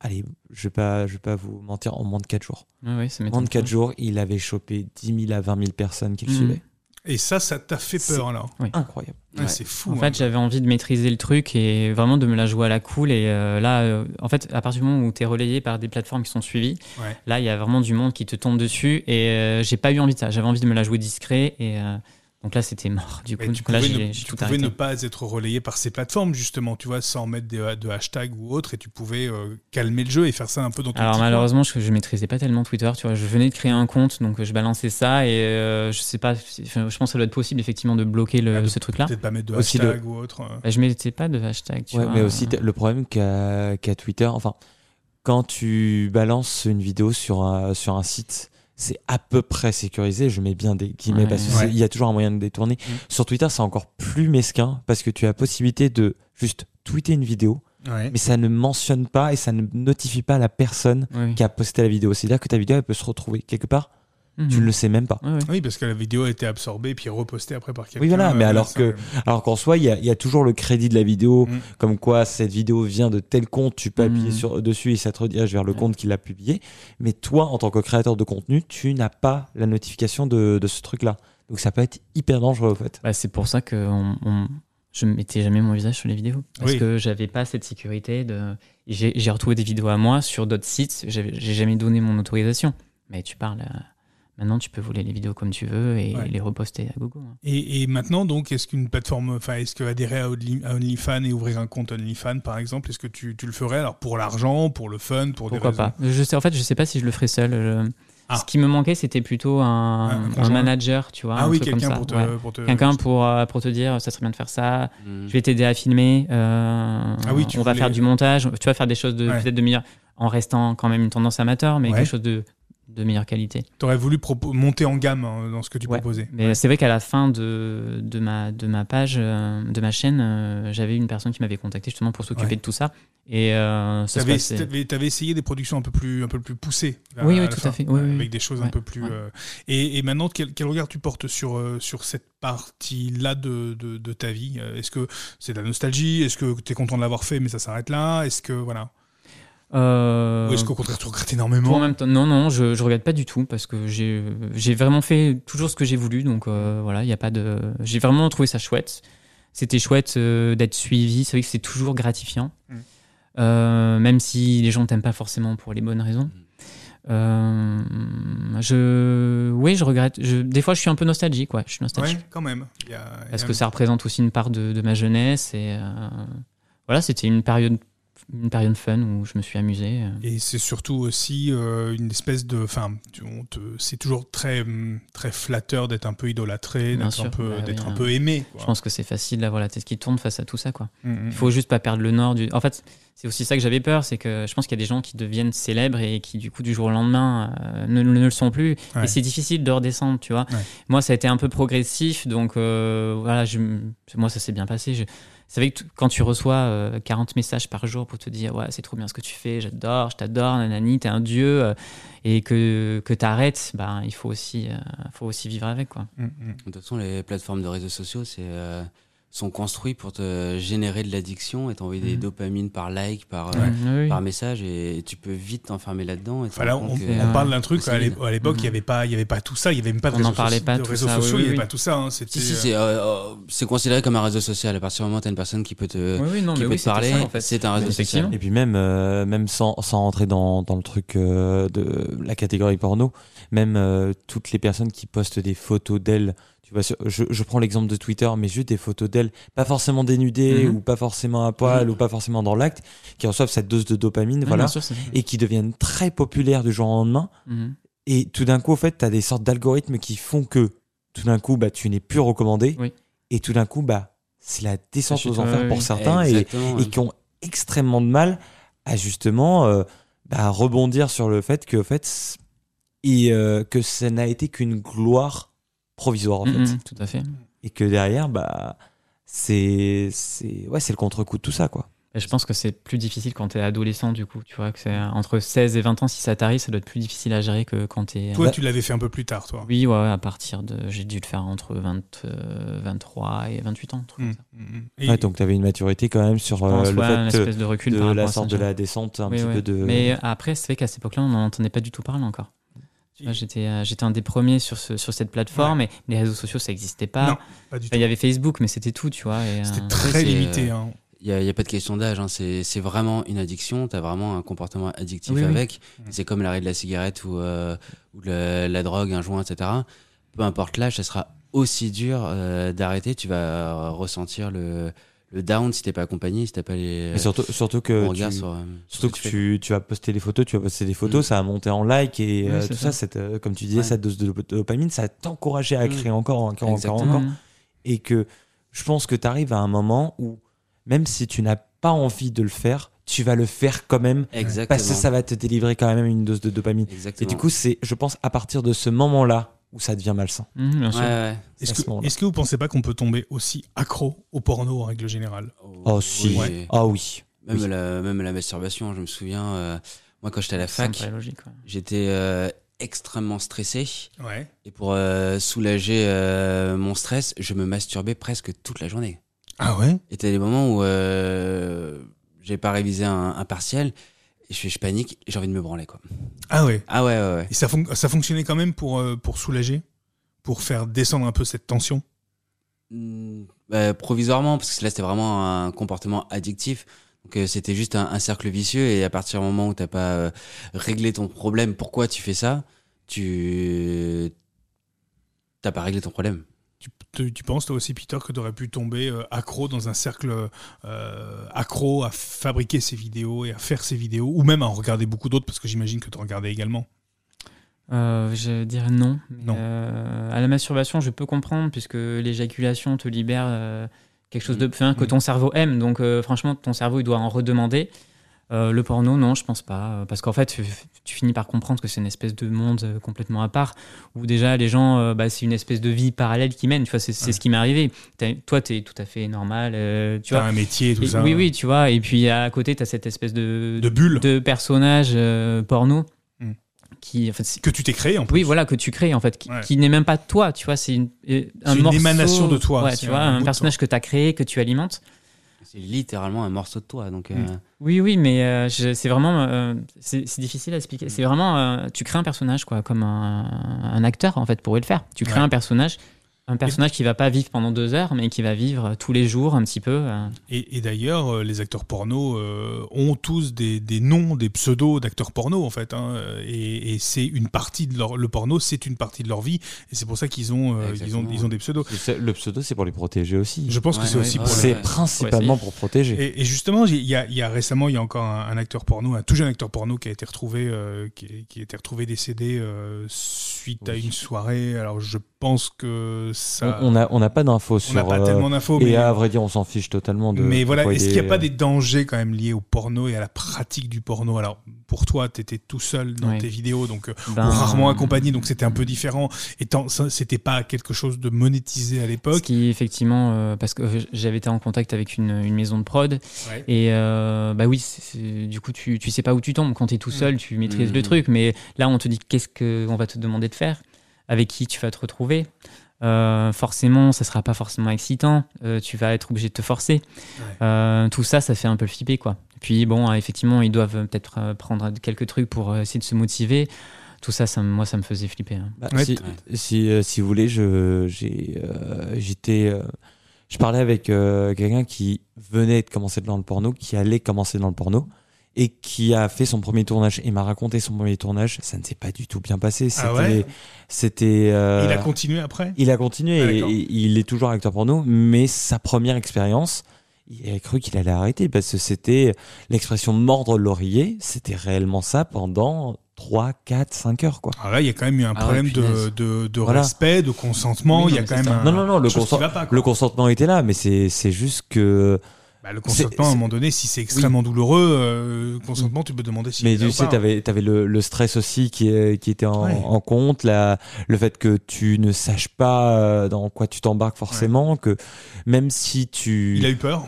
Allez, je vais pas, je vais pas vous mentir, en moins de 4 jours. Mhm. Ouais, ouais, ça En m'étonne moins de 4 pas. jours, il avait chopé 10 000 à 20 000 personnes qui le Mhm. suivaient. Et ça, ça t'a fait C'est- peur alors Incroyable. Ah, Ouais. C'est fou. En hein. fait, j'avais envie de maîtriser le truc et vraiment de me la jouer à la cool. Et euh, là, euh, en fait, à partir du moment où tu es relayé par des plateformes qui sont suivies, Ouais. là, il y a vraiment du monde qui te tombe dessus. Et euh, j'ai pas eu envie de ça. J'avais envie de me la jouer discret. Et euh, donc là, c'était mort. Du coup, Mais tu Donc là, pouvais, ne, j'ai j'ai tu tout pouvais arrêté. ne pas être relayé par ces plateformes, justement, tu vois, sans mettre des- de hashtags ou autre, et tu pouvais euh, calmer le jeu et faire ça un peu dans ton Alors petit coin. malheureusement, je, je maîtrisais pas tellement Twitter. Tu vois, je venais de créer un compte, donc euh, je balançais ça. Et euh, je sais pas. si- enfin, je pense que ça doit être possible effectivement de bloquer le- Ah, de- ce truc-là. Peut-être pas mettre de Aussi le- hashtags ou autre. euh. Bah, je mettais pas de hashtag. Tu Ouais, vois, mais aussi euh, t- le problème qu'a qu'a Twitter, enfin, quand tu balances une vidéo sur un, sur un site, c'est à peu près sécurisé, je mets bien des guillemets Ouais. Mmh. parce qu'il Ouais. y a toujours un moyen de détourner. Mm. Sur Twitter, c'est encore plus mesquin parce que tu as possibilité de juste tweeter une vidéo, Ouais. mais ça ne mentionne pas et ça ne notifie pas la personne Oui, oui. qui a posté la vidéo. C'est-à-dire que ta vidéo, elle peut se retrouver quelque part, Mhm. tu ne le sais même pas. Ouais, ouais. Oui, parce que la vidéo a été absorbée puis repostée après par quelqu'un. voilà, mais Euh, alors ça- que- Alors qu'en soi, il y, a- il y a toujours le crédit de la vidéo, Mm. comme quoi cette vidéo vient de tel compte, tu peux appuyer Mm. sur, dessus et ça te redirige vers le Ouais. compte qui l'a publié. Mais toi, en tant que créateur de contenu, tu n'as pas la notification de, de ce truc-là. Donc ça peut être hyper dangereux, en fait. Bah, c'est pour ça que on, on- je mettais jamais mon visage sur les vidéos. Parce Oui. que j'avais pas cette sécurité. de J'ai j'ai retrouvé des vidéos à moi sur d'autres sites. j'avais- J'ai jamais donné mon autorisation. Mais tu parles. euh, Maintenant, tu peux voler les vidéos comme tu veux et Ouais. les reposter à gogo. hein. Et, et maintenant, donc, est-ce qu'une plateforme, enfin, est-ce que adhérer à Only- à OnlyFans et ouvrir un compte OnlyFans, par exemple, est-ce que tu, tu le ferais alors pour l'argent, pour le fun, pour des Pourquoi raisons- pas je sais, En fait, je sais pas si je le ferais seul. je- Ah. Ce qui me manquait, c'était plutôt Un un, un conjoint. manager, tu vois. Ah un oui, truc comme quelqu'un ça, pour te, ouais. pour te- Quelqu'un pour, euh, pour te dire, ça serait bien de faire ça, Mm. je vais t'aider à filmer. euh, Ah oui, tu on va voulais- faire du montage. Tu vas faire des choses de Ouais. peut-être de meilleure, en restant quand même une tendance amateur, mais Ouais. quelque chose de, de meilleure qualité. T'aurais voulu propo- monter en gamme hein, dans ce que tu Ouais. proposais. Mais c'est vrai qu'à la fin de, de, ma, de ma page, euh, de ma chaîne, euh, j'avais une personne qui m'avait contacté justement pour s'occuper Ouais. de tout ça. Et euh, ça se T'avais, passait- t'avais- t'avais essayé des productions un peu plus, un peu plus poussées. là, Oui, oui, la tout fin, à fait. Oui, euh, oui, avec oui. des choses un Ouais, peu plus. ouais. euh, et, et maintenant, quel, quel regard tu portes sur, euh, sur cette partie-là de, de, de ta vie Euh, Est-ce que c'est de la nostalgie Est-ce que t'es content de l'avoir fait, mais ça s'arrête là Est-ce que voilà Euh, Ou est-ce qu'au contraire tu regrettes tout en énormément même temps, non, non, je, je regrette pas du tout parce que j'ai j'ai vraiment fait toujours ce que j'ai voulu. Donc euh, voilà, il y a pas de. J'ai vraiment trouvé ça chouette. C'était chouette euh, d'être suivi. C'est vrai que c'est toujours gratifiant, Mm. Euh, même si les gens t'aiment pas forcément pour les bonnes raisons. Mm. Euh, je, oui, je regrette. Je, des fois, je suis un peu nostalgique, quoi. Je suis nostalgique Ouais, quand même. Il y a- il y parce a- que ça représente aussi une part de, de ma jeunesse et euh, voilà, c'était une période, une période fun où je me suis amusé. euh. Et c'est surtout aussi euh, une espèce de. Enfin, tu- on te- c'est toujours très, hum, très flatteur d'être un peu idolâtré, Bien d'être un sûr, peu, bah d'être oui, un hein. peu aimé. Je quoi. pense que c'est facile d'avoir la tête qui tourne face à tout ça, quoi. Mm, mm. Il faut juste pas perdre le nord du. En fait, c'est aussi ça que j'avais peur, c'est que je pense qu'il y a des gens qui deviennent célèbres et qui du coup du jour au lendemain euh, ne, ne le sont plus. Ouais. Et c'est difficile de redescendre, tu vois. Ouais. Moi, ça a été un peu progressif, donc euh, voilà, je, m- moi ça s'est bien passé. Je... C'est vrai que t- quand tu reçois euh, 40 messages par jour pour te dire ouais c'est trop bien ce que tu fais, j'adore, je t'adore, nanani, t'es un dieu, euh, et que que t'arrêtes, ben il faut aussi euh, faut aussi vivre avec quoi. Mm, mm. De toute façon, les plateformes de réseaux sociaux, c'est euh, sont construites pour te générer de l'addiction et t'envoyer des Mhm. dopamines par like, par, euh, Mm, oui, oui. par message, et tu peux vite t'enfermer là-dedans. et te Enfin, là, rendre on, compte que- on euh, parle d'un truc. c'est À l'é- vide. à l'époque, il n'y avait, pas- il y avait pas tout ça. Il n'y avait même pas de On n'en réseaux, parlait soci- pas, de tout réseaux ça, sociaux. il oui, n'y avait oui. pas tout ça. hein, c'était, Si, si, euh, c'est euh, euh, c'est considéré comme un réseau social. À partir du moment où t'as une personne qui peut te, Oui, oui, non, qui mais peut oui, te c'était parler, ça, en fait. c'est un réseau social. Effectivement. Et puis même, euh, même sans, sans rentrer dans, dans le truc euh, de la catégorie porno, même euh, toutes les personnes qui postent des photos d'elles, tu vois, sur- je, je prends l'exemple de Twitter, mais juste des photos d'elles, pas forcément dénudées Mhm. ou pas forcément à poil Mhm. ou pas forcément dans l'acte, qui reçoivent cette dose de dopamine, Ouais, voilà, bien sûr, c'est ça. et qui deviennent très populaires du jour au lendemain. Mhm. Et tout d'un coup, en fait, tu as des sortes d'algorithmes qui font que tout d'un coup, bah, tu n'es plus recommandé, Oui. et tout d'un coup, bah, c'est la descente chute, aux ouais, enfers ouais, pour oui. certains. Et, Exactement, et qui ont extrêmement de mal à justement euh, bah, rebondir sur le fait que, en fait, c- et, euh, que ça n'a été qu'une gloire provisoire en Mhm, fait, tout à fait. et que derrière, bah, c'est c'est ouais, c'est le contre-coup de tout ça quoi. Et je pense que c'est plus difficile quand t'es adolescent, du coup. Tu vois que c'est entre 16 et 20 ans, si ça t'arrive, ça doit être plus difficile à gérer que quand t'es. Toi, Bah- tu l'avais fait un peu plus tard, toi. Oui, ouais, à partir de. J'ai dû le faire entre 20, euh, 23 et 28 ans. un truc Mm, comme ça. mm, mm. Ouais, Et- donc tu avais une maturité quand même sur Je Mhm. euh, pense, le ouais, une fait euh, espèce de recul de par rapport la à sorte ça, de tu vois. la descente un Oui, petit ouais. peu de Mais après, c'est vrai qu'à cette époque-là, on n'en entendait pas du tout parler encore. Tu vois, J'étais euh, j'étais un des premiers sur, ce, sur cette plateforme et les réseaux sociaux, ça n'existait pas. Non, Enfin, pas du Il tout. y avait Facebook, mais c'était tout, tu vois. et, euh, C'était très c'est, limité. euh, hein. Il n'y a, pas de question d'âge, hein. c'est c'est vraiment une addiction, tu as vraiment un comportement addictif Oui, oui. avec. Mm. C'est comme l'arrêt de la cigarette ou, euh, ou de la, la drogue, un joint, etc. Peu importe l'âge, ça sera aussi dur euh, d'arrêter. Tu vas euh, ressentir le, le down si t'es pas accompagné, si t'as pas les euh, Mais surtout, surtout que bons regards tu- sur, euh, sur Surtout ce que fais. tu, tu vas poster des photos, tu vas poster des photos, Mm. ça a monté en like et Oui, euh, c'est tout ça. ça, cette, euh, comme tu disais, Ouais. cette dose de dop- dopamine, ça t'encourage à Mm. créer encore, encore, encore, Exactement. encore. Mhm. Et que je pense que tu arrives à un moment où, même si tu n'as pas envie de le faire, tu vas le faire quand même Exactement. parce que ça va te délivrer quand même une dose de dopamine. Et Exactement. du coup, c'est, je pense, à partir de ce moment-là où ça devient malsain. Mhm, bien Ouais, sûr. ouais. Est-ce à ce que, moment-là. est-ce que vous pensez pas qu'on peut tomber aussi accro au porno en règle générale Oh, si. oui. Ah oui. Même, Oui. la, même la masturbation, je me souviens, euh, moi quand j'étais à la Ça me fac, paraît logique. ouais. j'étais euh, extrêmement stressé. Ouais. Et pour euh, soulager euh, mon stress, je me masturbais presque toute la journée. Ah ouais Et t'as des moments où euh, j'ai pas révisé un, un partiel, et je, fais- je panique, et j'ai envie de me branler. Quoi. Ah ouais. Ah ouais, ouais, ouais. Et ça, fon- ça fonctionnait quand même pour, euh, pour soulager, pour faire descendre un peu cette tension. Mm, bah, provisoirement, parce que là c'était vraiment un comportement addictif. Donc euh, c'était juste un, un cercle vicieux et à partir du moment où t'as pas euh, réglé ton problème, pourquoi tu fais ça, tu t'as pas réglé ton problème. Tu, tu- tu penses, toi aussi, Peter, que tu aurais pu tomber euh, accro dans un cercle euh, accro à fabriquer ces vidéos et à faire ces vidéos, ou même à en regarder beaucoup d'autres, parce que j'imagine que tu en regardais également. Euh, je dirais non. mais, Non. euh, à la masturbation, je peux comprendre, puisque l'éjaculation te libère euh, quelque chose de enfin, que Mm. ton cerveau aime. Donc, euh, franchement, ton cerveau, il doit en redemander. Euh, le porno, non, je pense pas. euh, Parce qu'en fait, tu, tu finis par comprendre que c'est une espèce de monde euh, complètement à part, où déjà, les gens, euh, bah, c'est une espèce de vie parallèle qu'ils mènent. Tu vois, c'est c'est Ouais. ce qui m'est arrivé. T'as- Toi, tu es tout à fait normal. euh, tu Tu as vois. un métier et tout Et- ça. oui, oui, tu vois. Et puis, à côté, tu as cette espèce de, De bulles de personnage euh, porno. Mm. Qui, en fait, c'est- que tu t'es créé en plus. oui, voilà, que tu crées, en fait, qui, Ouais. qui n'est même pas toi, tu vois, c'est une, euh, un C'est une morceau- émanation de toi, Ouais, c'est tu vois, un bout un de personnage que tu as créé, que tu alimentes. C'est littéralement un morceau de toi. Donc euh, Mm. Oui, oui, mais euh, je- c'est vraiment. euh, c'est c'est difficile à expliquer. C'est vraiment. euh, tu crées un personnage, quoi, comme un, un acteur, en fait, pourrait le faire. Tu Ouais. crées un personnage. Un personnage qui va pas vivre pendant deux heures, mais qui va vivre euh, tous les jours un petit peu. euh. Et, et d'ailleurs, euh, les acteurs porno euh, ont tous des, des noms, des pseudos d'acteurs porno en fait. hein, euh, et et c'est une partie de leur le porno, c'est une partie de leur vie. Et c'est pour ça qu'ils ont, euh, ils ont Exactement. ils ont des pseudos. Le se- Le pseudo, c'est pour les protéger aussi. Je pense que Ouais, c'est ouais, aussi ouais, pour ouais. les- C'est principalement pour protéger. Et, et justement, j'ai- il y a, il y a récemment, il y a encore un, un acteur porno, un tout jeune acteur porno qui a été retrouvé, euh, qui, qui a été retrouvé décédé euh, suite à Oui. une soirée. Alors je pense que ça, On on a- on n'a pas d'infos on n'a sur. pas euh, tellement d'infos. Et mais- à vrai dire, on s'en fiche totalement de. Mais voilà, pourquoi est-ce il qu'il n'y a est- euh, pas des dangers quand même liés au porno et à la pratique du porno Alors, pour toi, tu étais tout seul dans Ouais. tes vidéos, donc euh, [LAUGHS] ou Ben, rarement accompagné, donc c'était un peu différent. Et tant- ça, c'était pas quelque chose de monétisé à Ce l'époque. qui, effectivement, euh, parce que euh, j'avais été en contact avec une, une maison de prod, Ouais. Et euh, bah oui, c'est- c'est- du coup, tu, tu sais pas où tu tombes. Quand tu es Mm. tout seul, tu maîtrises Mhm. le truc. Mais là, on te dit qu'est-ce qu'on va te demander de faire, avec qui tu vas te retrouver. Euh, forcément, ça sera pas forcément excitant. Euh, tu vas être obligé de te forcer. Ouais. Euh, tout ça, ça fait un peu le flipper, quoi. Puis bon, euh, effectivement, ils doivent euh, peut-être euh, prendre quelques trucs pour euh, essayer de se motiver. Tout ça, ça me- moi, ça me faisait flipper. hein. Bah, Ouais, si, t- si, euh, si vous voulez, je, j'ai, euh, j'étais, euh, je parlais avec euh, quelqu'un qui venait de commencer dans le porno, qui allait commencer dans le porno et qui a fait son premier tournage. Il m'a raconté son premier tournage. Ça ne s'est pas du tout bien passé. C'était, Ah ouais c'était. euh, Il a continué après il a continué Ah, et- d'accord. et il est toujours acteur porno, mais sa première expérience, il a cru qu'il allait arrêter parce que c'était l'expression mordre l'oreiller, c'était réellement ça pendant 3, 4, 5 heures quoi. Alors là, il y a quand même eu un Ah problème ouais, de, punaise. de, de Voilà. respect, de consentement. il y Oui, non, a mais quand c'est même ça. un. Non, non, non, le, Ah, chose qui consen- va pas, quoi. le consentement était là, mais c'est c'est juste que. Bah, le c'est- consentement, à un c'est- moment donné, si c'est extrêmement douloureux, euh, le consentement, tu peux demander si. il mais est là tu ou sais, pas. hein. t'avais avais le, le stress aussi qui, est- qui était en, Ouais. en compte, la, le fait que tu ne saches pas euh, dans quoi tu t'embarques forcément, que même si tu. Il a eu peur.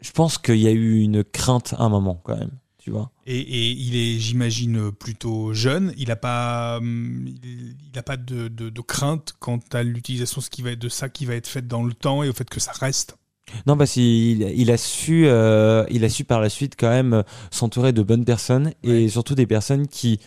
Je pense qu'il y a eu une crainte à un moment quand même, tu vois. Et, et il est, j'imagine, plutôt jeune. Il n'a pas, hum, il il a pas de, de- de crainte quant à l'utilisation de ce qui va être- de ça qui va être fait dans le temps et au fait que ça reste. Non, parce qu'il il a su, euh, il a su par la suite quand même euh, s'entourer de bonnes personnes et surtout des personnes qui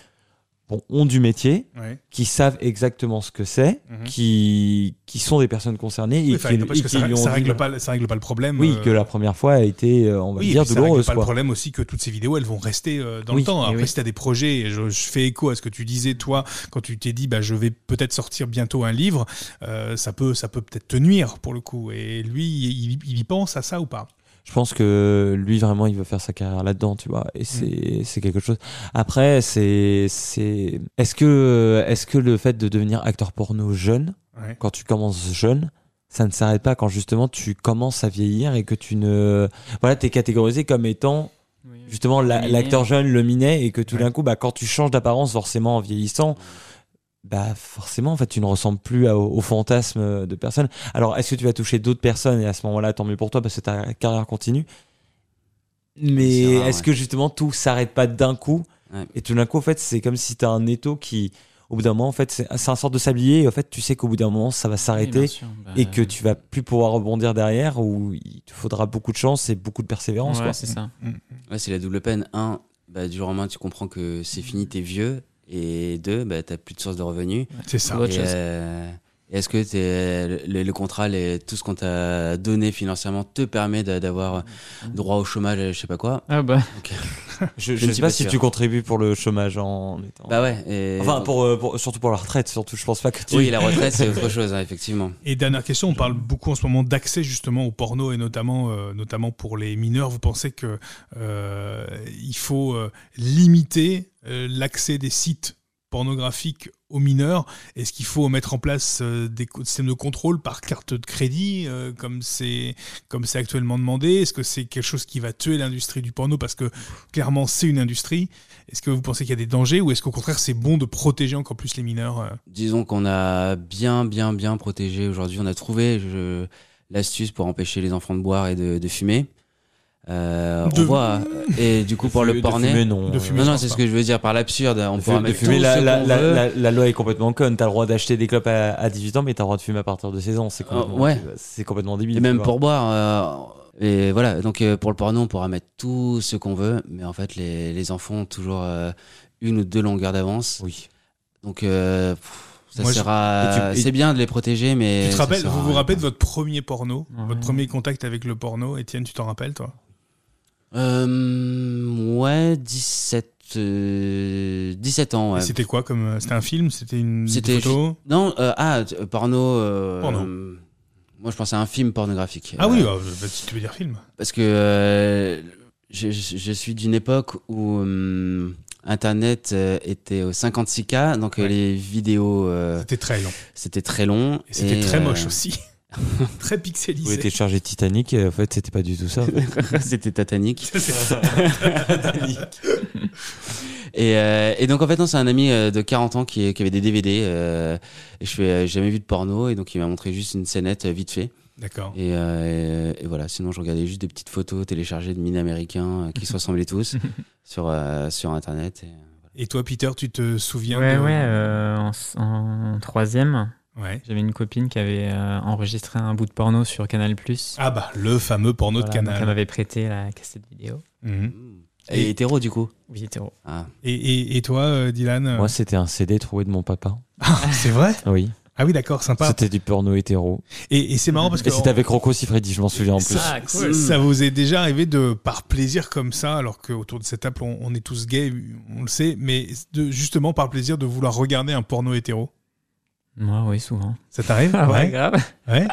bon, ont du métier, qui savent exactement ce que c'est, Mhm. qui, qui sont des personnes concernées et Oui, enfin, qui, parce et que qui ça, lui ont ça dit- règle pas, le- ça règle pas le problème. oui, euh, que la première fois a été, euh, on va oui, et dire, puis ça règle douloureuse. pas quoi. le problème aussi que toutes ces vidéos, elles vont rester euh, dans Oui, le temps. et Après, oui. si tu as des projets, et je, je fais écho à ce que tu disais, toi, quand tu t'es dit, bah, je vais peut-être sortir bientôt un livre, euh, ça peut ça peut peut-être te nuire pour le coup. Et lui, il, il y pense à ça ou pas Je pense que lui, vraiment, il veut faire sa carrière là-dedans, tu vois. Mmh. Et c'est c'est quelque chose. Après, c'est. c'est- Est-ce que, est que le fait de devenir acteur porno jeune, Ouais. quand tu commences jeune, ça ne s'arrête pas quand justement tu commences à vieillir et que tu ne. Voilà, t'es catégorisé comme étant justement la- Le minet. l'acteur jeune, le minet, et que tout Ouais. d'un coup, bah, quand tu changes d'apparence, forcément en vieillissant, bah, forcément, en fait, tu ne ressembles plus à- au, au fantasme de personne. Alors, est-ce que tu vas toucher d'autres personnes et à ce moment-là, tant mieux pour toi parce que ta carrière continue Mais C'est rare, est-ce ouais. que justement tout s'arrête pas d'un coup Ouais. Et tout d'un coup, en fait, c'est comme si t'as un étau qui, au bout d'un moment, en fait, c'est c'est un sort de sablier. Et en fait, tu sais qu'au bout d'un moment, ça va s'arrêter Bah, et que tu vas plus pouvoir rebondir derrière ou il te faudra beaucoup de chance et beaucoup de persévérance. Ouais, quoi. c'est ça. Ouais, c'est la double peine. Un, bah, du jour au lendemain, tu comprends que c'est fini, t'es vieux. Et deux, bah, t'as plus de source de revenus. C'est ça. Ouais. Autre Et, chose. euh, Est-ce que t'es- le, le contrat, les- tout ce qu'on t'a donné financièrement te permet d'a- d'avoir droit au chômage, je sais pas quoi Ah bah, Je, Je je ne sais suis pas, pas si sûr. tu contribues pour le chômage en étant. Bah ouais. et- enfin, pour, euh, pour- surtout pour la retraite, surtout, je pense pas que [LAUGHS] tu. Oui, [LAUGHS] la retraite, c'est autre chose, hein, effectivement. Et dernière question, on parle beaucoup en ce moment d'accès justement au porno et notamment, euh, notamment pour les mineurs. Vous pensez que euh, il faut euh, limiter euh, l'accès des sites pornographiques aux mineurs Est-ce qu'il faut mettre en place euh, des co- systèmes de contrôle par carte de crédit euh, comme c'est comme c'est actuellement demandé Est-ce que c'est quelque chose qui va tuer l'industrie du porno parce que clairement c'est une industrie Est-ce que vous pensez qu'il y a des dangers ou est-ce qu'au contraire c'est bon de protéger encore plus les mineurs euh Disons qu'on a bien, bien, bien protégé aujourd'hui. On a trouvé je- l'astuce pour empêcher les enfants de boire et de, de fumer. Euh, De- On voit. Et du coup, pour le pornet. Fumer, non. De fumer, Non, je non, pense c'est ce pas. que je veux dire par l'absurde. On De pourra fumer, de mettre fumer, tout la, ce la- qu'on la- veut. la- la loi est complètement conne. T'as le droit d'acheter des clopes à, à 18 ans, mais t'as le droit de fumer à partir de 16 ans. C'est complètement, Euh, ouais. c'est complètement débile. Et même quoi. pour boire. euh, et voilà, donc euh, pour le porno, on pourra mettre tout ce qu'on veut, mais en fait, les, les enfants ont toujours euh, une ou deux longueurs d'avance. Oui. Donc, euh, pff, ça Moi, je- sert à- et tu- et- C'est bien de les protéger, mais. Tu te ça rappelles, sert vous à vous rien. rappelez de votre premier porno, Ouais. votre premier contact avec le porno, Étienne, tu t'en rappelles toi Euh, ouais, 17, euh, 17 ans. Et ouais. C'était quoi comme euh, c'était un film, c'était une des C'était photo Non, euh, ah, t- euh, porno. euh, Porno. euh, moi, je pensais à un film pornographique. Ah Euh, oui, bah, bah, si tu veux dire film. Parce que euh, je, je- je suis d'une époque où hum, Internet euh, était au 56K, donc euh, Ouais. les vidéos, euh, C'était très long c'était très long. et c'était très euh, moche [LAUGHS] aussi. très pixelisé. Vous étiez chargé Titanic, et en fait, c'était pas du tout ça. c'était tatanique. [LAUGHS] C'est ça. [LAUGHS] Et, euh, et donc en fait, non, c'est un ami euh, de 40 ans qui, qui avait des DVD. euh, et je fais euh, j'ai jamais vu de porno et donc il m'a montré juste une scénette euh, vite fait. D'accord. Et, euh, et- et voilà. Sinon, je regardais juste des petites photos téléchargées de mines américains euh, [LAUGHS] qui se ressemblaient tous sur euh, sur internet. Et, Et toi, Peter, tu te souviens ouais, de... ouais, euh, en, s- en troisième, Ouais. j'avais une copine qui avait euh, enregistré un bout de porno sur Canal+. Ah bah le fameux porno Voilà, de donc Elle Canal. m'avait prêté la cassette vidéo. Mhm. [LAUGHS] et, Et- hétéro du coup. Oui, hétéro. Ah. Et, et, et toi, euh, Dylan euh, Moi, c'était un CD trouvé de mon papa. C'est [LAUGHS] vrai Oui. Ah oui, d'accord, sympa. C'était du porno hétéro. Et, et c'est marrant parce que Et c'était avec Rocco Siffredi, je m'en souviens en plus. Ça, Ah, cool. ça vous est déjà arrivé de, par plaisir comme ça, alors qu'autour de cette table, on, on est tous gays, on le sait, mais de- justement par plaisir de vouloir regarder un porno hétéro Moi, oui, [LAUGHS] souvent. Ça t'arrive Ah Ouais. Ah grave. ouais.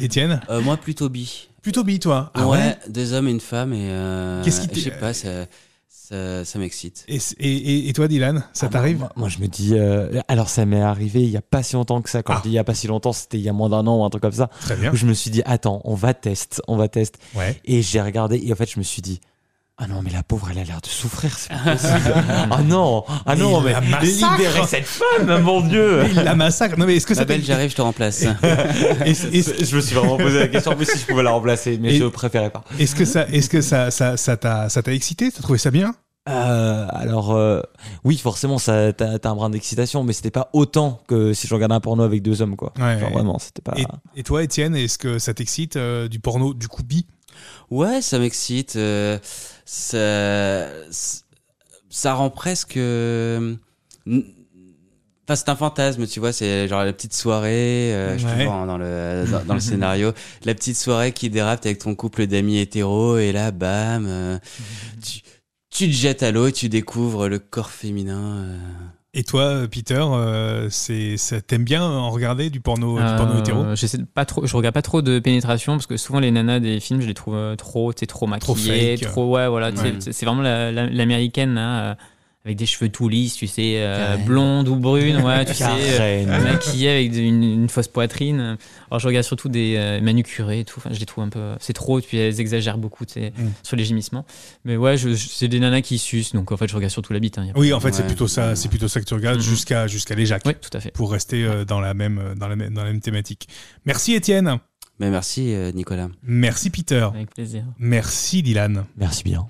Étienne Euh, moi plutôt bi. Plutôt bi, toi Ah ouais, ouais Deux hommes et une femme et. euh, Qu'est-ce qui Je sais t'est- pas. Ça, ça, ça m'excite. et, c- et, et- et toi, Dylan Ça Ah, t'arrive moi, moi, je me dis. euh, alors, ça m'est arrivé il y a pas si longtemps que ça. Quand Ah. je dis il y a pas si longtemps, c'était il y a moins d'un an ou un truc comme ça. Très bien. Où je me suis dit, attends, on va test, on va test. Ouais. Et j'ai regardé et en fait, je me suis dit. Ah non, mais la pauvre, elle a l'air de souffrir, c'est pas [LAUGHS] possible. ah non, ah Mais non, il mais la massacre. libérez cette femme, [LAUGHS] mon Dieu Il la massacre. Non, mais est-ce que Ma ça t'est- belle, j'arrive, je te remplace. [LAUGHS] est-ce- est-ce- Je me suis vraiment posé la question, mais si je pouvais la remplacer, mais Et- je préférais pas. Est-ce que ça, est-ce que ça, ça, ça t'a, ça t'a excité T'as trouvé ça bien Euh, alors euh, oui, forcément, ça t'as t'as un brin d'excitation, mais c'était pas autant que si je regardais un porno avec deux hommes, quoi. Ouais. Genre, vraiment, c'était pas. et, et toi, Étienne, est-ce que ça t'excite euh, du porno du coup bi Ouais, ça m'excite. euh, ça, ça rend presque. euh, n- Enfin, c'est un fantasme, tu vois. C'est genre la petite soirée. euh, je te Ouais. vois, hein, dans le dans, dans [LAUGHS] le scénario, la petite soirée qui dérape avec ton couple d'amis hétéros et là, bam, [LAUGHS] euh, tu tu te jettes à l'eau, et tu découvres le corps féminin. euh. Et toi, euh, Peter, euh, c'est, ça t'aimes bien en regarder du porno, du porno Euh, hétéro j'essaie de pas trop, je regarde pas trop de pénétration parce que souvent les nanas des films, je les trouve euh, trop, t'es trop maquillées, fake. trop, ouais, voilà, tu sais, Ouais. c'est- c'est vraiment la- la- l'américaine hein, euh, avec des cheveux tout lisses, tu sais, euh, Karen. blonde ou brune, ouais, tu sais, euh, Karen. maquillée avec de- une, une fausse poitrine. Alors je regarde surtout des euh, manucurées et tout, enfin, je les trouve un peu, c'est trop, puis elles exagèrent beaucoup, tu sais, Mm. sur les gémissements. Mais ouais, je- je- c'est des nanas qui sucent, donc en fait, je regarde surtout la bite. hein, y a pas- Oui, en fait, c'est Ouais. plutôt ça, c'est plutôt ça que tu regardes Mhm. jusqu'à jusqu'à les Jacques Oui, tout à fait. pour rester euh, dans la même euh, dans la même dans la même thématique. Merci Étienne. Mais merci, euh, Nicolas. Merci Peter. Avec plaisir. Merci Dylan. Merci bien.